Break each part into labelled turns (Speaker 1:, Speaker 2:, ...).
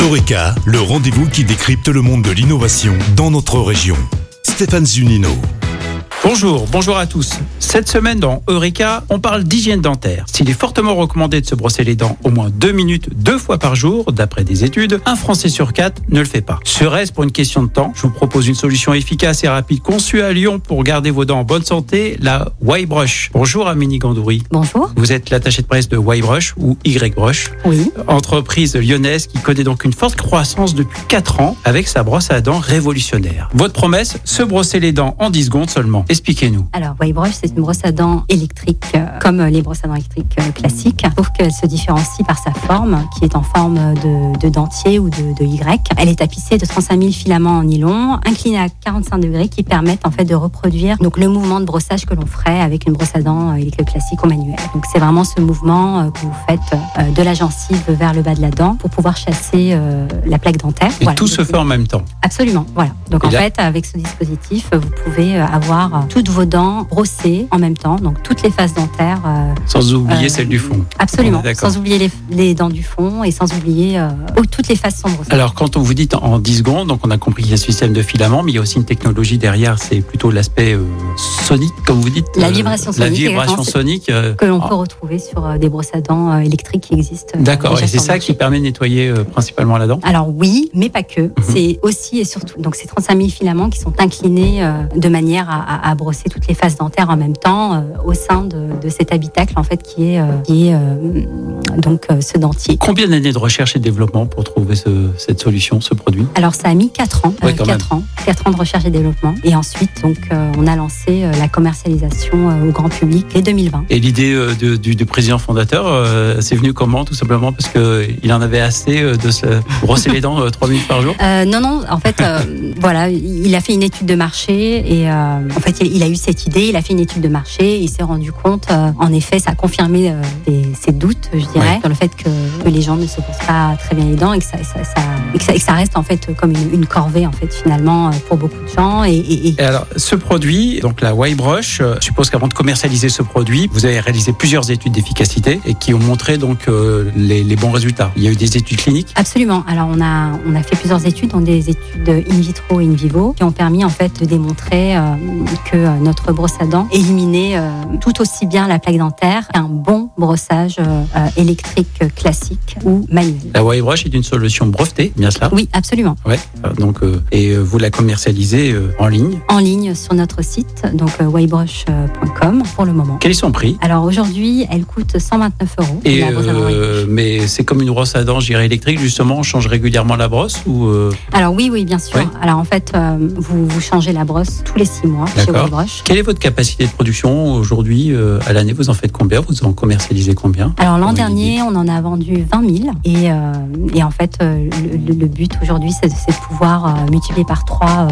Speaker 1: Eureka, le rendez-vous qui décrypte le monde de l'innovation dans notre région. Stéphane Zunino.
Speaker 2: Bonjour, bonjour à tous. Cette semaine dans Eureka, on parle d'hygiène dentaire. S'il est fortement recommandé de se brosser les dents au moins deux minutes, deux fois par jour, d'après des études, un Français sur quatre ne le fait pas. Serait-ce pour une question de temps Je vous propose une solution efficace et rapide conçue à Lyon pour garder vos dents en bonne santé, la Y-Brush. Bonjour Amélie Gandouri.
Speaker 3: Bonjour.
Speaker 2: Vous êtes l'attaché de presse de Y-Brush ou Y-Brush,
Speaker 3: Oui.
Speaker 2: entreprise lyonnaise qui connaît donc une forte croissance depuis 4 ans avec sa brosse à dents révolutionnaire. Votre promesse, se brosser les dents en 10 secondes seulement. Expliquez-nous.
Speaker 3: Alors, Wybrush, c'est une brosse à dents électrique, euh, comme les brosses à dents électriques euh, classiques, sauf qu'elle se différencie par sa forme, qui est en forme de, de dentier ou de, de Y. Elle est tapissée de 35 000 filaments en nylon, inclinés à 45 degrés, qui permettent en fait de reproduire donc le mouvement de brossage que l'on ferait avec une brosse à dents euh, électrique classique ou manuelle. Donc, c'est vraiment ce mouvement euh, que vous faites euh, de la gencive vers le bas de la dent pour pouvoir chasser euh, la plaque dentaire.
Speaker 2: Et
Speaker 3: Voilà.
Speaker 2: tout se
Speaker 3: Donc,
Speaker 2: fait en même temps.
Speaker 3: Absolument, voilà. Donc
Speaker 2: Et
Speaker 3: en
Speaker 2: là-
Speaker 3: fait, avec ce dispositif, euh, vous pouvez euh, avoir euh, toutes vos dents brossées en même temps, donc toutes les faces dentaires. euh,
Speaker 2: Sans oublier
Speaker 3: euh,
Speaker 2: celle du fond. On
Speaker 3: Absolument,
Speaker 2: est d'accord.
Speaker 3: sans oublier les, les dents du fond et sans oublier euh, oh, toutes les faces sont brossées.
Speaker 2: Alors, quand on vous dit en 10 secondes, donc on a compris qu'il y a ce système de filaments, mais il y a aussi une technologie derrière, c'est plutôt l'aspect euh, sonique, comme vous dites. euh,
Speaker 3: La vibration
Speaker 2: La
Speaker 3: sonique,
Speaker 2: vibration
Speaker 3: exactement, c'est-
Speaker 2: sonique. euh,
Speaker 3: que l'on
Speaker 2: ah,
Speaker 3: peut retrouver sur euh, des brosses à dents euh, électriques qui existent. euh,
Speaker 2: D'accord,
Speaker 3: déjà
Speaker 2: et c'est
Speaker 3: sur le
Speaker 2: ça
Speaker 3: marché.
Speaker 2: qui permet de nettoyer euh, principalement la dent.
Speaker 3: Alors oui, mais pas
Speaker 2: Mhm.
Speaker 3: que. C'est aussi et surtout. Donc ces 35 000 filaments qui sont inclinés euh, de manière à, à- à brosser toutes les faces dentaires en même temps euh, au sein de, de cet habitacle en fait qui est, euh, qui est euh, donc euh, ce dentier.
Speaker 2: Combien d'années de recherche et de développement pour trouver ce- cette solution, ce produit
Speaker 3: Alors ça a mis 4 ans,
Speaker 2: Ouais,
Speaker 3: euh,
Speaker 2: quand
Speaker 3: quatre ans, quatre ans de recherche et développement. Et ensuite, donc, euh, on a lancé euh, la commercialisation euh, au grand public dès 2020.
Speaker 2: Et l'idée euh, de- du, du président fondateur, euh, c'est venu comment Tout simplement parce qu'il en avait assez euh, de se brosser les dents euh, trois minutes par jour
Speaker 3: Euh, non, non, en fait, euh, voilà, il a fait une étude de marché et euh, en fait, il, il a eu cette idée, il a fait une étude de marché, et il s'est rendu compte, euh, en effet, ça a confirmé euh, ses, ses doutes, je dirais,
Speaker 2: Ouais.
Speaker 3: sur le fait que, que les gens ne se posent pas très bien les dents et que ça, ça- ça- et que ça- et que ça reste en fait comme une, une corvée, en fait, finalement, euh, pour beaucoup de gens. Et, et- et
Speaker 2: Et alors, ce produit, donc la Y-Brush, euh, je suppose qu'avant de commercialiser ce produit, vous avez réalisé plusieurs études d'efficacité et qui ont montré donc euh, les, les bons résultats. Il y a eu des études cliniques.
Speaker 3: Absolument. Alors on a on a fait plusieurs études, dont des études in vitro et in vivo, qui ont permis en fait de démontrer euh, que euh, notre brosse à dents éliminait euh, tout aussi bien la plaque dentaire qu'un bon brossage euh, euh, électrique classique ou manuel.
Speaker 2: La Y-Brush est une solution brevetée, bien cela.
Speaker 3: Oui, absolument.
Speaker 2: Ouais. Euh, Donc, euh, et euh, vous la commercialisez euh, en ligne.
Speaker 3: En ligne sur notre site, donc euh, wybrush.com pour le moment.
Speaker 2: Quel est son prix
Speaker 3: Alors aujourd'hui, elle coûte 129 euros.
Speaker 2: et
Speaker 3: la brosse à dents électrique.
Speaker 2: euh, mais c'est comme une brosse à dents, j'irai électrique. Justement, on change régulièrement la brosse ou euh,
Speaker 3: Alors oui, oui, bien sûr.
Speaker 2: Oui.
Speaker 3: Alors en fait, euh, vous, vous changez la brosse tous les six mois chez
Speaker 2: D'accord.
Speaker 3: Wybrush.
Speaker 2: quelle est votre capacité de production aujourd'hui euh, à l'année Vous en faites combien Vous en commercialisez combien
Speaker 3: Alors l'an
Speaker 2: Oui.
Speaker 3: dernier, on en a vendu 20 000 et, euh, et en fait, euh, le, le- le but aujourd'hui, c'est de, c'est de pouvoir euh, multiplier par 3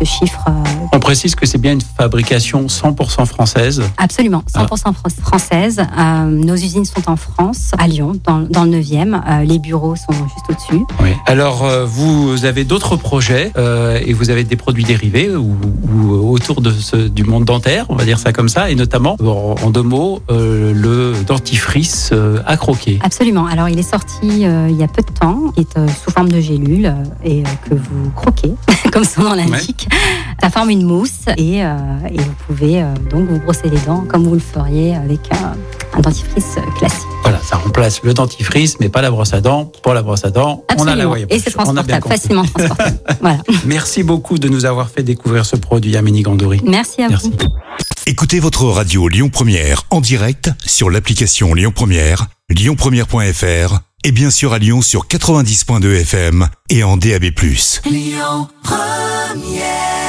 Speaker 3: ce chiffre euh,
Speaker 2: On précise que c'est bien une fabrication 100% française.
Speaker 3: absolument 100% fran- française. Euh, nos usines sont en France, à Lyon, dans, dans le 9e. Euh, les bureaux sont juste au-dessus.
Speaker 2: Alors, euh, vous avez d'autres projets euh, et vous avez des produits dérivés ou, ou, euh, autour de ce- du monde dentaire, on va dire ça comme ça, et notamment, en, en deux mots, euh, le dentifrice euh, à croquer.
Speaker 3: Absolument. Alors il est sorti euh, il y a peu de temps, il est euh, sous forme de gélule euh, et euh, que vous croquez, comme son nom l'indique. Ça forme une mousse et, euh, et vous pouvez euh, donc vous brosser les dents comme vous le feriez avec un, un dentifrice classique.
Speaker 2: Voilà, ça remplace le dentifrice, mais pas la brosse à dents. Pour la brosse à dents, on a la
Speaker 3: Absolument.
Speaker 2: voyage.
Speaker 3: et c'est
Speaker 2: On a bien
Speaker 3: transportable,
Speaker 2: compris.
Speaker 3: facilement transportable. voilà.
Speaker 2: Merci beaucoup de nous avoir fait découvrir ce produit, Amélie Gandori.
Speaker 3: Merci à
Speaker 2: Merci.
Speaker 3: vous.
Speaker 1: Écoutez votre radio Lyon Première en direct sur l'application Lyon Première, lyonpremière.fr et bien sûr à Lyon sur 90.2 FM et en DAB+.
Speaker 4: Lyon Première